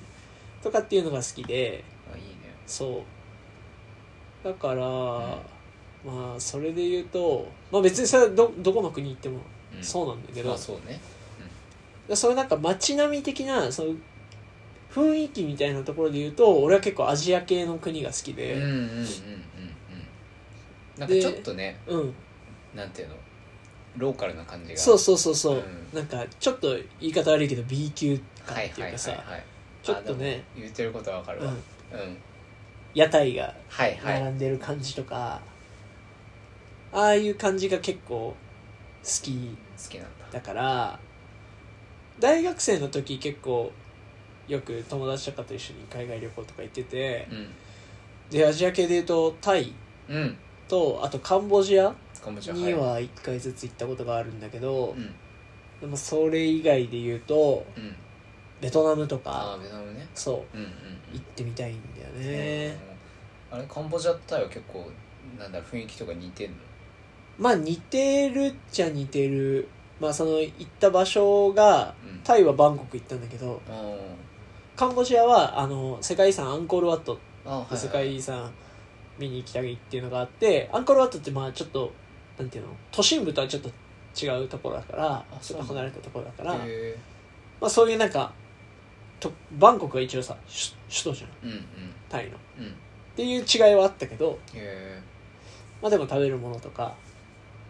S1: とかっていうのが好きで
S2: あいいね
S1: そうだから、まあそれで言うと、まあ、別にそれはどどこの国行っても
S2: うん
S1: そうなんだけど、
S2: まあそうね
S1: でそういうなんか街並み的なその雰囲気みたいなところで言うと俺は結構アジア系の国が好き
S2: うんうん
S1: で
S2: うんうんうんなんか
S1: で
S2: ちょっとね
S1: うん、
S2: なんていうのローカルな感じが
S1: そうそうそうそう、
S2: うん
S1: なんかちょっと言い方悪いけど B 級
S2: は
S1: 感
S2: い
S1: って
S2: はいはい
S1: いうか
S2: は
S1: さ、
S2: い
S1: ちょっとね
S2: あでも言ってることはわかるわ
S1: う
S2: うんん
S1: 屋台が
S2: はいはい
S1: 並んでる感じとか、ああいう感じが結構好き
S2: 好きなんだ
S1: だから大学生の時結構よく友達とかと一緒に海外旅行とか行ってて
S2: う
S1: でアジア系で言うとタイ
S2: んうん
S1: とあとカンボジア
S2: カンボジア
S1: に
S2: い
S1: は1回ずつ行ったことがあるんだけど、
S2: うん
S1: でもそれ以外で言うと
S2: うん
S1: ベトナムと
S2: あ
S1: か
S2: あベトナムね
S1: そ
S2: うんうん
S1: う行ってみたいんだよ
S2: うん
S1: ね、
S2: うんあれカンボジアとタイは結構なんだろう雰囲気とか似てんの
S1: まあ似てるっちゃ似てるまあその行った場所が
S2: うん
S1: タイはバンコク行ったんだけど
S2: あー
S1: カンボジアはあの世界遺産アンコールワット
S2: あーはいはい
S1: 世界遺産見に行きたいっていうのがあってアンコールワットってまあちょっとなんていうの都心部とはちょっと違うところだから
S2: あ
S1: ち
S2: そ
S1: ょ
S2: う
S1: っ
S2: な
S1: と
S2: んだ
S1: 離れたところだから、
S2: へ
S1: まあ、そういうなんかとバンコクは一応さ首首都じゃ
S2: ーう
S1: ん
S2: んうん
S1: タイのっ
S2: うんへ
S1: ていう違いはあったけど、
S2: え
S1: まあ、でも食べるものとか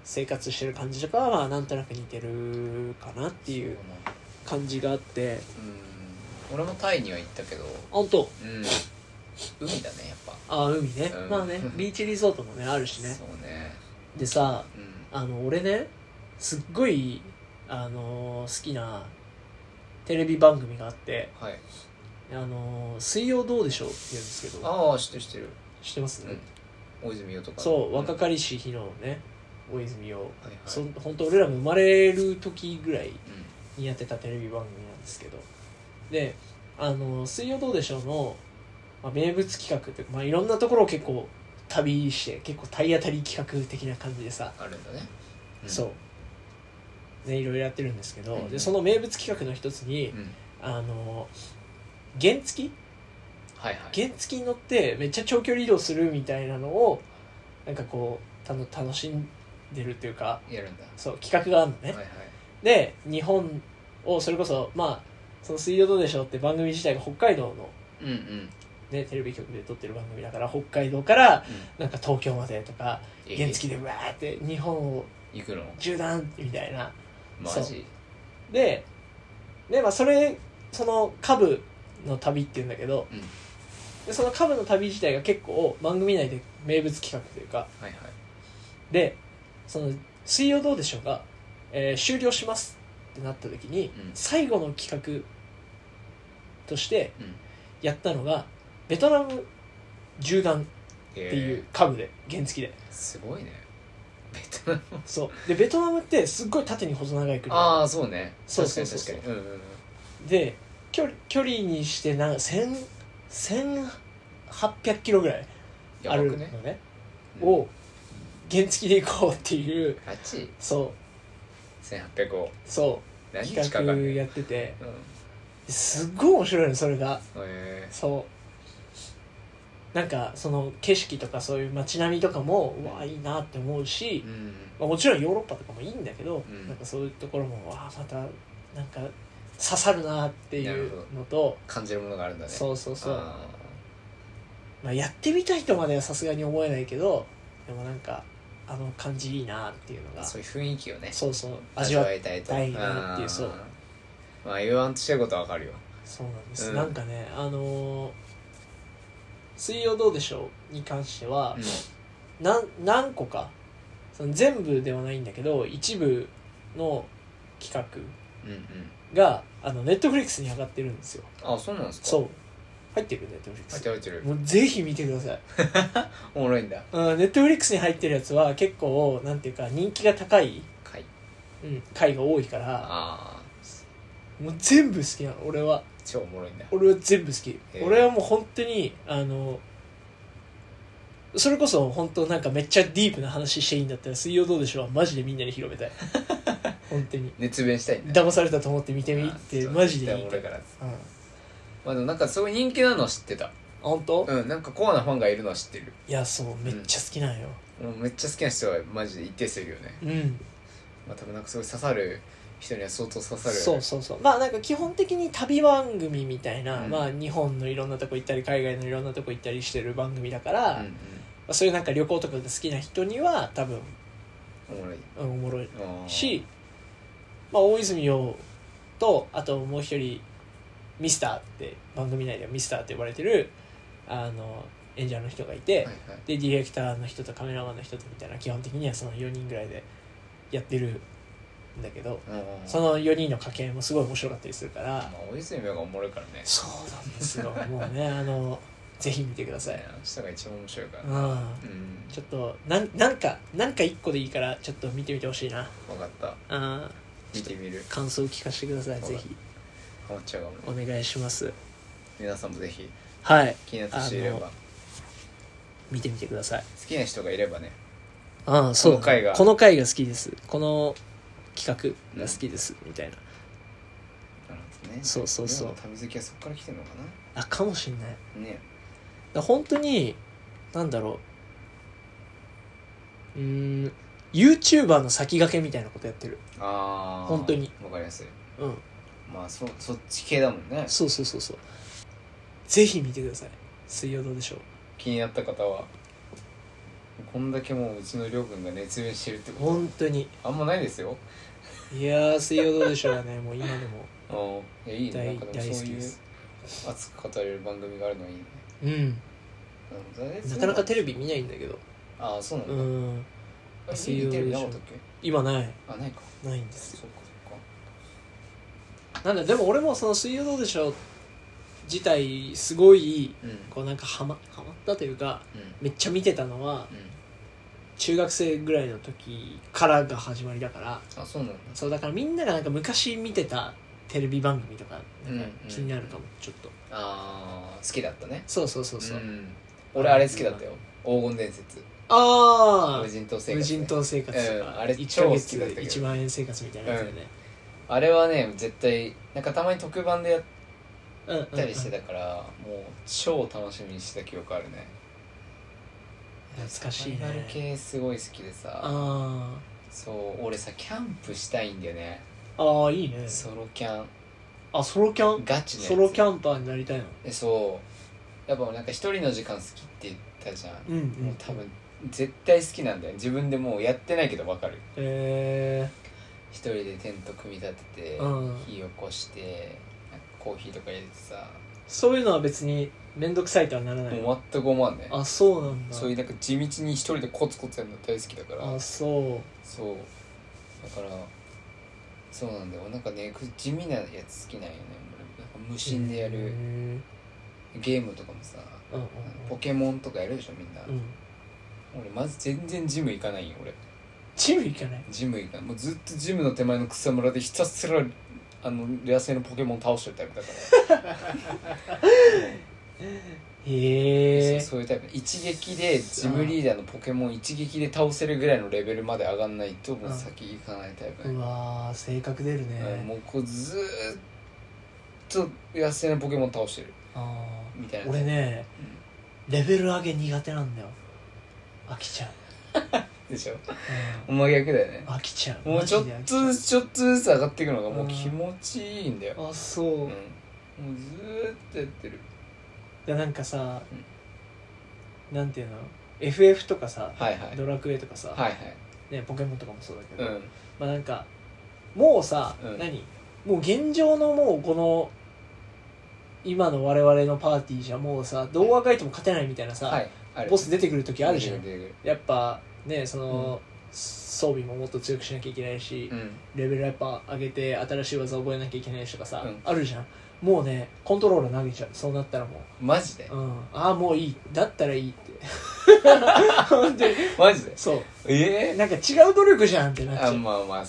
S1: 生活してる感じとかはまあなんとなく似てるかなっていう感じがあって
S2: うん俺もタイには行ったけど
S1: 本当
S2: うん海だねやっぱ
S1: ああ海ね、
S2: うん
S1: ま あねビーチリゾートもねあるしね
S2: そうね
S1: でさ
S2: うん
S1: あの俺ねすっごい、あのー好きなテレビ番組があって
S2: はい
S1: 「あのー水曜どうでしょう」って言うんですけど
S2: ああ知ってる知ってる
S1: 知ってます、
S2: うん大泉洋とか
S1: そう若
S2: り
S1: かりし日のね大泉洋、
S2: はいはい
S1: そん本当俺らも生まれる時ぐら
S2: う
S1: い
S2: ん
S1: にやってたテレビ番組なんですけどで「あのー水曜どうでしょうの」まあ、名物企画っていうか、まあ、いろんなところを結構旅して結構体当たり企画的な感じでさ
S2: あるんだねん
S1: そう、ね、いろいろやってるんですけど、
S2: うん
S1: でその名物企画の一つに、
S2: うん
S1: あの原付
S2: はいはい
S1: 原付に乗ってめっちゃ長距離移動するみたいなのをなんかこうたの楽しんでるというか
S2: やるんだは
S1: そう企画があるのね、
S2: いはい
S1: で日本をそれこそまあその「水曜どうでしょう」って番組自体が北海道の、
S2: うんうん
S1: ね、テレビ局で撮ってる番組だから北海道からなんか東京までとか
S2: うん
S1: 原付でわーって日本を
S2: 行くの
S1: 縦断みたいな
S2: マ
S1: そう
S2: ジ
S1: でで、まあ、それその下部の旅っていうんだけど、
S2: うん
S1: でその下部の旅自体が結構番組内で名物企画というか
S2: はいはい
S1: でその「水曜どうでしょうが」えー終了しますってなった時に、
S2: うん
S1: 最後の企画として
S2: うん
S1: やったのがベトナム縦断っていう下部で原付です
S2: ごいねベトナム
S1: そうでベトナムってすっごい縦に細長い国
S2: ああそうね
S1: そう
S2: 確か
S1: そう
S2: に
S1: そう
S2: 確かにうんうんうん
S1: で距離距離にしてな1000 1800キロぐらいあ
S2: やば
S1: る
S2: く
S1: の
S2: ね
S1: ね
S2: うん
S1: を原付で行こうっていう
S2: あっち
S1: そう
S2: 1800を
S1: そ
S2: 何
S1: う
S2: 日か
S1: 企
S2: か
S1: 画
S2: るの
S1: やってて
S2: うんへ
S1: すっごい面白いのそれが
S2: え
S1: そうなんかその景色とかそういう街並みとかもうわいいなって思うし
S2: う、ん
S1: まあ、もちろんヨーロッパとかもいいんだけど、
S2: うん
S1: なんかそういうところもわあまたなんか刺さるなっていうのと、
S2: 感じるものがあるんだね
S1: そうそうそう
S2: あ
S1: まあ、やってみたいとまではさすがに思えないけどでもなんかあの感じいいなっていうの
S2: ー
S1: が
S2: そういう雰囲気をね
S1: そうそう
S2: 味
S1: 味わ
S2: わ
S1: い
S2: いたいと
S1: たいなっていうそう
S2: まあ言わんとしてることはわかるよ
S1: そうなんです、
S2: うん
S1: なんかねあのー水曜どうでしょう」に関しては、
S2: う
S1: なん何個かその全部ではないんだけど一部の企
S2: んうんうん
S1: 画があのネットフリックスに上がってるんですよ
S2: あそうなんですか
S1: そうう入ってるネットフリック
S2: 入っ
S1: ス
S2: てる入ってる
S1: もうぜひ見てください
S2: おもろいんだ
S1: ネットフリックスに入ってるやつは結構なんていうか人気が高い、
S2: かい
S1: うん、回が多いから
S2: ああ
S1: もう全部好きなの俺は
S2: 超おもろいんだ
S1: 俺は全部好き
S2: え
S1: 俺はもう本当にあのそれこそ本当なんかめっちゃディープな話していいんだったら「水曜どうでしょう」はマジでみんなに広め たい本当に
S2: 熱弁したいんだ
S1: 騙されたと思って見てみって
S2: あー
S1: マジ
S2: 絶対
S1: で言い
S2: おも
S1: た
S2: ろ
S1: い
S2: いから
S1: うんあ
S2: まあでもなんかそういう人気なのは知ってた
S1: 本当、
S2: うんなんかコアなファンがいるのは知ってる
S1: いやそうめっちゃ好きなんよ
S2: もうめっちゃ好きな人はマジで一定数いるよね
S1: うん、
S2: まあ多分なんかすごい刺さる人には相当刺さる
S1: そうそうそうまあなんか基本的に旅番組みたいな、
S2: うん
S1: まあ日本のいろんなとこ行ったり海外のいろんなとこ行ったりしてる番組だか
S2: う
S1: ら、
S2: ん
S1: まあ、そういうなんか旅行とかが好きな人には多分、
S2: うんおもろい
S1: うん、おもろい
S2: あー
S1: し、まあ、大泉洋とあともう一人ミスターって番組内ではミスターって呼ばれてるあの演者の人がいて、
S2: はいはい
S1: でディレクターの人とカメラマンの人とみたいな基本的にはその4人ぐらいでやってるんだけど
S2: うん
S1: その4人の掛け合いもすごい面白かったりするから
S2: まあ、大泉洋がおもろいからね
S1: そうなんですよもうねあのぜひ見てください
S2: ねあの人が一番面白いから
S1: う
S2: うんん
S1: ちょっとなんなんかなんか1個でいいからちょっと見てみてほしいな
S2: 分かった
S1: うん
S2: 見てみる
S1: 感想を聞かせてください
S2: そう
S1: ぜ
S2: だ
S1: ひ
S2: ハマっちゃうかもね
S1: お願いします
S2: 皆さんもぜひ
S1: はい
S2: 気になった人いれ
S1: あの
S2: ば好
S1: 見てみてください
S2: きな人がいればね
S1: ああそうだ
S2: この回が
S1: この回が好きですこの企画が好きです、みたいな
S2: なるほどね
S1: そうそうそう
S2: 今の旅好きはそこから来てるのか
S1: あかもしんない
S2: なね
S1: だから本当になんだろううーん YouTuber の先駆けみたいなことやってる
S2: ああ
S1: 本当に
S2: わかりやすい
S1: うん
S2: まあそそっち系だもんね
S1: そうそうそうそうぜひ見てください水曜どうでしょう
S2: 気になった方はこんだけもううちのりょうくんが熱弁してるってこ
S1: 本当に
S2: とあんまないですよ
S1: いやー水曜どうでしょうはね もう今でも
S2: あーいやいいね
S1: 大
S2: なんかでもそう
S1: 大好き
S2: い
S1: で
S2: う
S1: す
S2: 熱く語れる番組があるのはいいね
S1: うん
S2: うん
S1: なかなかテレビ見ないんだけど
S2: ああそうなん
S1: う
S2: だ、
S1: ん
S2: あ
S1: 水曜
S2: テレビなかったっ
S1: 今ない
S2: けあないか
S1: ないんですよ
S2: そうかそうか
S1: なんだでも俺もその「水曜どうでしょう」自体すごい
S2: うんうん
S1: こうなんかハマハマったというかめっちゃ見てたのは
S2: うん
S1: 中学生ぐらいの時からが始まりだから
S2: あそうなんだ
S1: そうだからみんながなんか昔見てたテレビ番組とかなんか
S2: うん
S1: 気になるかも、ちょっと
S2: あー好きだったね
S1: そうそうそうそう、
S2: ん俺あれ好きだったよ黄金伝説
S1: ああ
S2: 無人島生活、ね、
S1: 無人島生活とか、
S2: うんあれ
S1: 1ヶ月
S2: 超好きだったけど
S1: 1万円生活みたいなやつでね、
S2: あれはね絶対なんかたまに特番でやっ
S1: うんうんうん
S2: たりしてたから、もう超楽しみにしてた記憶あるね
S1: 懐かしいね
S2: サバイバル系すごい好きでさ
S1: あ
S2: そう俺さキャンプしたいんだよね
S1: ーあーいいね
S2: ソロキャン
S1: あソロキャン
S2: ガチのやつ
S1: ソロキャンパーになりたいの
S2: えそうやっぱなんか一人の時間好きって言ったじゃん、
S1: うんうん
S2: もう多分絶対好きなんだよ自分でもうやってないけどわかる
S1: え
S2: 一人でテント組み立てて、
S1: うん
S2: 火起こしてなんかコーヒーとか入れてさ、
S1: そういうのは別に面倒くさいとはならない
S2: もう全く思わんね
S1: あそうなんだ
S2: そういうなんか地道に一人でコツコツやるの大好きだから
S1: あそ
S2: そうだからそうなんだよなんかねく地味なやつ好きなんよね俺なんか無
S1: う
S2: 心でや
S1: へ
S2: る
S1: ー
S2: ゲームとかもさ
S1: うんうん
S2: ポケモンとかやるでしょみんな、
S1: うんうん
S2: 俺まず全然ジム行かないよ俺
S1: チーム行かない
S2: ジム行かないもうずっとジムの手前の草むらでひたすらあの野生のポケモン倒してるタイプだから
S1: へえ
S2: そうそういうタイプ一撃でジムリーダーのポケモン一撃で倒せるぐらいのレベルまで上がんないともう先行かないタイプね、
S1: うわー性格出るね、
S2: うんもうこうずーっと野生のポケモン倒してる
S1: あ
S2: みたい
S1: ー
S2: な
S1: 俺ねレベル上げ苦手なんだよ飽きちゃう、
S2: でしょ
S1: う
S2: お前逆だよね
S1: ん、飽きちゃう
S2: もうちょっ
S1: マジで
S2: と
S1: 飽き
S2: ずつちょっとずつ上がっていくのがもううん気持ちいいんだ
S1: ちゃ
S2: よ、
S1: うあそう、
S2: うん、もうずーっとやってる
S1: でなんかさ、なんていうの FF とかさ、
S2: はいはい
S1: ドラクエとかさ、
S2: はい
S1: ね、ポケモンとかもそうだけ
S2: はい
S1: ど、
S2: うん
S1: まあなんかもうさ、
S2: うん
S1: 何もう現状のもうこの今の我々のパーティーじゃもうさどうあがいても勝てないみたいなさ、
S2: はいある
S1: ボス出てくる時あるじゃん
S2: 出てくる
S1: やっぱねその、装備ももっと強くしなきゃいけないし、
S2: 出てくる
S1: レベルやっぱ上げて新しい技覚えなきゃいけないしとかさ、
S2: うん
S1: あるじゃんもうねコントローラー投げちゃうそうなったらも
S2: うんマジで
S1: う、うん、ああもういいだったらいいって本当に
S2: マジで
S1: そ
S2: え
S1: う
S2: え
S1: なんか違う努力じゃんってなっちゃ
S2: あ
S1: う、
S2: まあまあ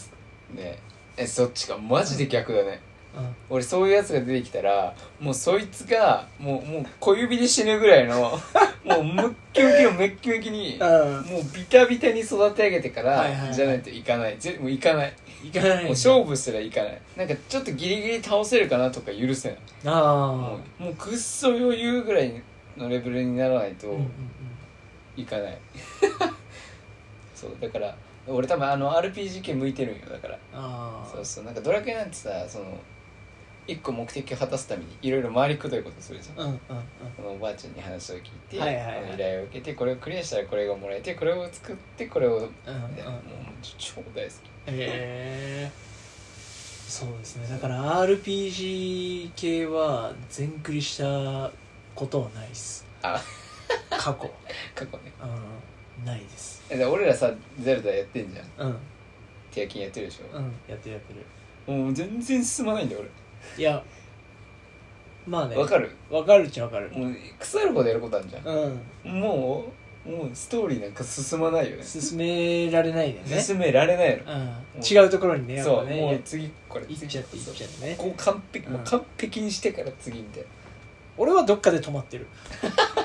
S2: ねえそっちかマジで逆だね、
S1: うん
S2: 俺そういうやつが出てきたらもうそいつがもうもう小指で死ぬぐらい のもうムッキムキのムッキムキに
S1: うん
S2: もうビタビタに育て上げてから、
S1: はいはいはい
S2: じゃないといかないぜもういかない
S1: いかない
S2: もう勝負すらいかないなんかちょっとギリギリ倒せるかなとか許せない、
S1: あ
S2: もうもうくっそ余裕ぐらいのレベルにならない
S1: あ、
S2: と
S1: うんうんうん、
S2: いかない、 そうだから俺多分あの RPG 系向いてるんよだから
S1: ああ
S2: そうそうなんかドラクエなんてさその一個目的を果たすためにいろいろ回りくどいことするじゃん
S1: うんうんうん
S2: このおばあちゃんに話を聞いて、
S1: はいはいはい
S2: この依頼を受けてこれをクリアしたらこれがもらえてこれを作ってこれを、
S1: うんうん
S2: みたいなもう超大好
S1: へえそうですねだから RPG 系は全クリしたことはないっす
S2: あ
S1: 過去
S2: き過去ね
S1: うんないです
S2: えだから俺らさゼルダやってんじゃん
S1: うん
S2: 手焼きやってるでしょ
S1: う、んやってるやってる
S2: もう全然進まないんだよ
S1: いやまあね
S2: 俺わかる
S1: わかるっちゃわかる
S2: もう腐るほどやることあるじゃん
S1: うん
S2: もうもうストーリーなんか進まないよね
S1: 進められないでね
S2: 進められないの
S1: うん違うところにねやっ
S2: そ
S1: ぱ
S2: う、
S1: ね
S2: もう次これ
S1: 行っちゃって行っちゃってね
S2: こう完璧、
S1: うん
S2: もう完璧にしてから次みたい
S1: 俺はどっかで止まってる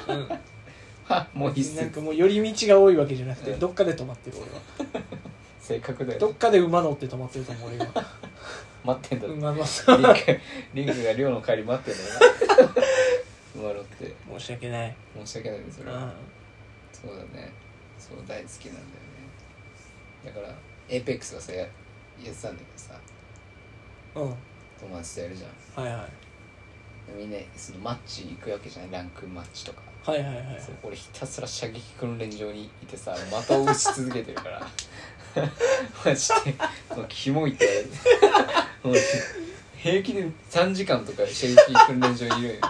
S1: うん
S2: なは もう必
S1: なん
S2: 須
S1: かもう寄り道が多いわけじゃなくて、
S2: うん
S1: どっかで止まってる俺は
S2: 性格だよ
S1: どっ
S2: ね
S1: かで馬乗って止まってると思う俺 は
S2: 待ってんだって
S1: 馬乗って申
S2: リンク リンクが寮の帰り待ってん のよ笑って
S1: し訳ない
S2: 申し訳ないですそ
S1: うん
S2: れはそうだねそう大好きなんだよねだからエイペックスはさややってたんだけどさ
S1: うん
S2: 友達とやるじゃん
S1: はいはい
S2: みんなそのマッチ行くわけじゃないランクマッチとか
S1: はいはいはい
S2: そう俺ひたすら射撃訓練場にいてさ的を打ち続けてるから マジでもうキモいってもう平気で3時間とか射撃訓練場にいるんよ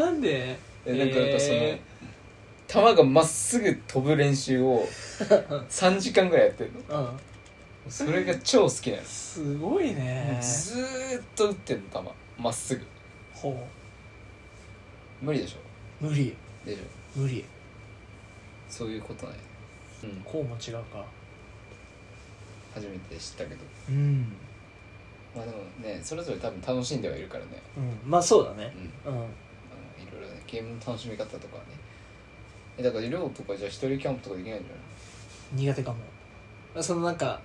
S1: なんで
S2: でなんかやっぱその、
S1: え
S2: 球がまっすぐ飛ぶ練習を3時間ぐらいやってるの
S1: ーうん
S2: それが超好きなの、
S1: すごいね
S2: ずーっと打ってんの球まっすぐ
S1: ほ
S2: 無理でしょ
S1: う無理
S2: でしょ
S1: 無理
S2: そういうことねうん
S1: こうも違うか
S2: 初めて知ったけど
S1: うん
S2: まあでもねそれぞれ多分楽しんではいるからね
S1: うんまあそうだ
S2: う
S1: ね
S2: んあ
S1: うん
S2: のいろいろねゲームの楽しみ方とかはねえだから寮とかじゃあ一人キャンプとかできないんじ
S1: 苦手かもそのなんか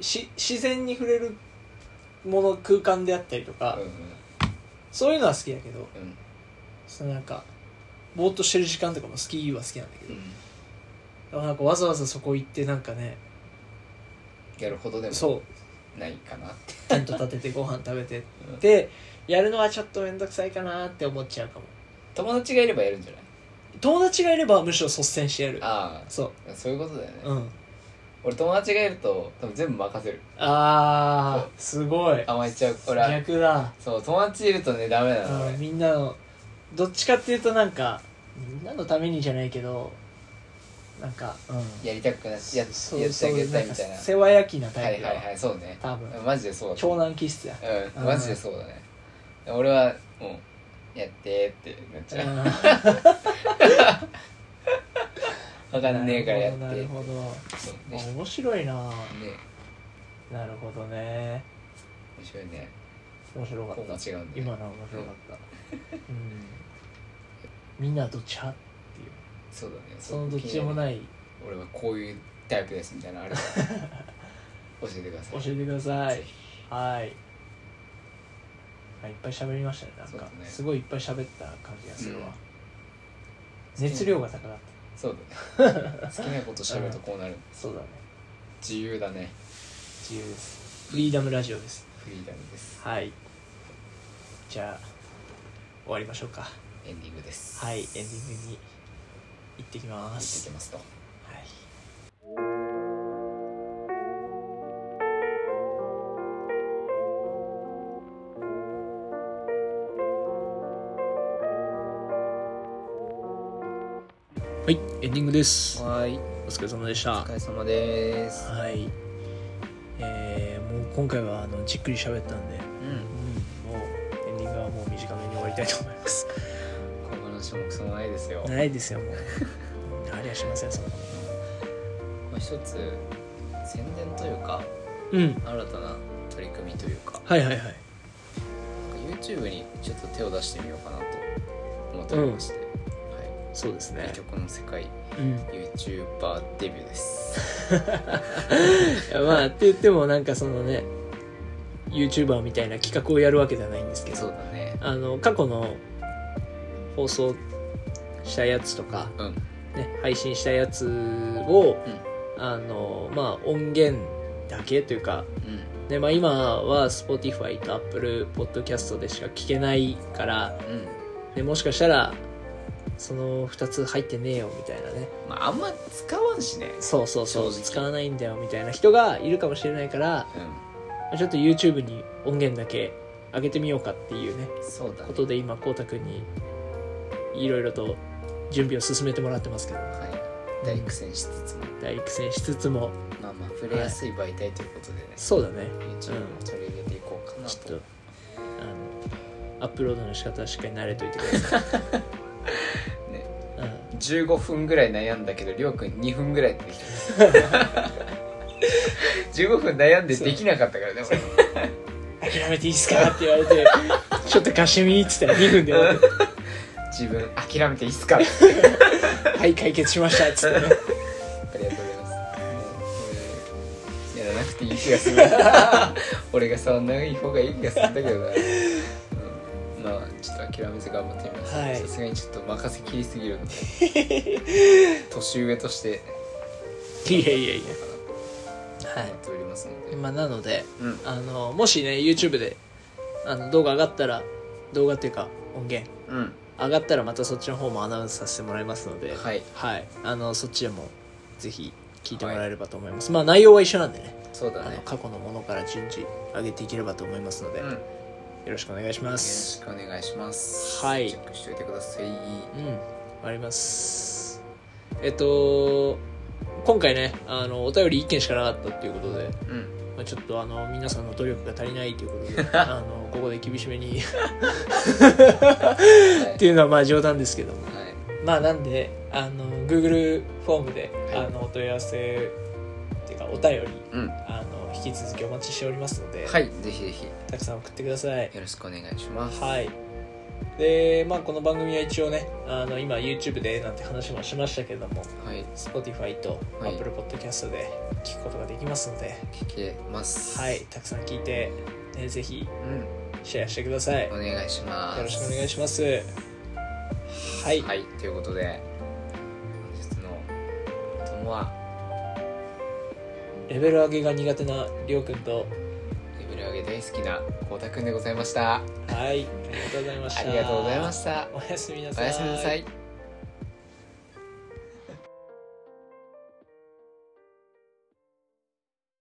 S1: し自然に触れるもの空間であったりと
S2: ゃ
S1: か
S2: ないうん
S1: そういうのは好きだけど
S2: うん
S1: そのなんかぼーっとしてる時間とかも好きは好きなんだけ
S2: う
S1: ど
S2: ん
S1: だからなんかわざわざそこ行ってなんかね
S2: やるほどでも
S1: そう
S2: ないかなって
S1: テント立ててご飯食べてってやるのはちょっと面倒くさいかなって思っちゃうかも
S2: 友達がいればやるんじゃない
S1: 友達がいればむしろ率先してやる
S2: あ
S1: そ
S2: あそういうことだよね、
S1: ううん
S2: 俺友達がいると多分全部任せる
S1: ああすごい
S2: 甘えちゃう俺は
S1: 逆だ、
S2: そう友達いるとねダメなの
S1: うん
S2: 俺
S1: みんなのどっちかっていうとなんかみんなのためにじゃないけどなんか、うん、
S2: やりたくなややってあ
S1: そう
S2: げたいみたい
S1: ん
S2: な
S1: か世話焼きなタ
S2: は
S1: イ
S2: い
S1: プだ、
S2: はいはいそうね
S1: 多分
S2: マジでそうだ
S1: 長男 気質や
S2: うんマジでそうだね俺はもうやってーってなっちゃう
S1: わ
S2: わかんねえからやって
S1: なるほどなるほ
S2: そう
S1: ど
S2: ね
S1: 面白いな
S2: ね
S1: なるほどね
S2: 面白いね
S1: 面白か
S2: こう
S1: っ
S2: も
S1: た
S2: 違うんだ
S1: 今の
S2: よ
S1: は面白かった、うん、みんなどっち派っていう
S2: そうだね
S1: そのどっちでも
S2: い
S1: ない
S2: 俺はこういうタイプですみたいなのあれば教 えてくださ
S1: 教
S2: い
S1: えてください
S2: ぜひ
S1: はいあいっぱい喋りましたねなん
S2: そう
S1: か
S2: だ、ね
S1: すごいいっぱい喋った感じがするわ、
S2: うん
S1: 熱量が高かった
S2: そうだね好きなこと喋るとこうなる
S1: そうだね
S2: 自由だね
S1: 自由ですフリーダムラジオです
S2: フリーダムです
S1: はいじゃあ終わりましょうか
S2: エンディングです
S1: はいエンディ
S2: 行
S1: ングに行ってきま
S2: って
S1: す
S2: きますと
S1: はいはい、エンディングです。
S2: はい
S1: お疲れ様でし
S2: お疲。
S1: た
S2: れ様です
S1: はい。えー、もう今回はあのじっくり喋ったんで、
S2: うん
S1: もうエンディングはもう短めに終わりたいと思います。
S2: 今後の種目そのないですよ
S1: ないです よ、もう。ありゃしません、そんな。
S2: まあ、一つ宣伝というか
S1: うん。
S2: 新たな取り組みというか
S1: はいはいはい。
S2: なんか YouTube にちょっと手を出してみようかなと思っておりまして、は
S1: そうです
S2: い、
S1: ね
S2: 美。曲の世界
S1: うん。
S2: YouTuber デビュー です
S1: いや まあって言ってもなんかそのね YouTuber みたいな企画をやるわけではないんですけ
S2: そう
S1: ど
S2: だね
S1: あの過去の放送したやつとか、
S2: うん
S1: ね、配信したやつを、
S2: う
S1: あのまあ音源だけというか、
S2: うん
S1: ねまあ、今は Spotify と Apple Podcast でしか聞けないから、
S2: うん
S1: ね、もしかしたらその2つ入ってねえよみたいなね
S2: まああんま使わんしね
S1: そうそうそう
S2: 正直
S1: 使わないんだよみたいな人がいるかもしれないから
S2: う
S1: ちょっと YouTube に音源だけ上げてみようかっていうね
S2: んそうだ
S1: こ
S2: ね
S1: とで今こうたくんにいろいろと準備を進めてもらってますけど
S2: はい大苦戦しつつも
S1: 大苦戦しつつも
S2: まあまあ触れやすい媒体ということでね、
S1: そうだね
S2: YouTube も取り入れていこうかな
S1: ち
S2: と
S1: ょっとあのアップロードの仕方はしっかり慣れといてください
S2: ね
S1: うん
S2: 15分ぐらい悩んだけどりょうくん2分ぐらいでで きた15分悩んでできなかったからね俺
S1: 諦めていいっすかって言われてちょっと貸してみーっつったら2分で終わって
S2: 自分諦めていいっすかあり
S1: はい解決しましたっつってね
S2: がとうございますうんやらなくていい気がする俺が触んない方がいい気がするんだけどな、うん、まあちょっと諦めず頑張ってみます
S1: はい
S2: さすがにちょっと任せきりすぎるので年上として
S1: いやいやいや
S2: 頑
S1: は
S2: 張っておりますので、
S1: いまあなので
S2: うん
S1: あのもしね YouTube であの動画上がったら動画っていうか音源
S2: うん
S1: 上がったらまたそっちの方もアナウンスさせてもらいますのでは、
S2: はいい
S1: あのそっちでもぜひ聞いてもらえればと思います、まあ内容は一緒なんでね
S2: そうだ
S1: あの
S2: ね
S1: 過去のものから順次上げていければと思いますので、
S2: うん
S1: よろしくお願いしま
S2: よろし
S1: す
S2: くお願いします。
S1: はい
S2: チェックしておいてください。
S1: うん終わりますえっと今回ねあのお便り1件しかなかったっていうことで
S2: うん。
S1: まあ、ちょっとあの皆さんの努力が足りないということ であのここで厳しめにっていうのはまあ冗談ですけども
S2: はい。
S1: まあなんであの Google フォームで、
S2: はい
S1: あのお問い合わせっていうかお便り
S2: うん。
S1: あの引き続きお待ちしておりますので、
S2: はい。ぜひぜひよ
S1: たくさん送ってください
S2: ろしくお願いします。
S1: はいでまあこの番組は一応ねあの今 YouTube でなんて話もしましたけども
S2: はい。
S1: Spotify と
S2: はい
S1: Apple Podcast で聞くことができますので、
S2: 聞けます。
S1: はい、。たくさん聞いて、ね、ぜひ
S2: うん。
S1: シェアしてください
S2: お願いします。
S1: よろしくお願いします。はい、
S2: はい。ということで、本日のお供は
S1: レベル上げが苦手なりょうくんと、
S2: レベル上げ大好きな光太くんでございました。あ
S1: はい、ありがとうございました。
S2: りがとうございました。
S1: おやすみな
S2: お
S1: さい。
S2: やすみなさい。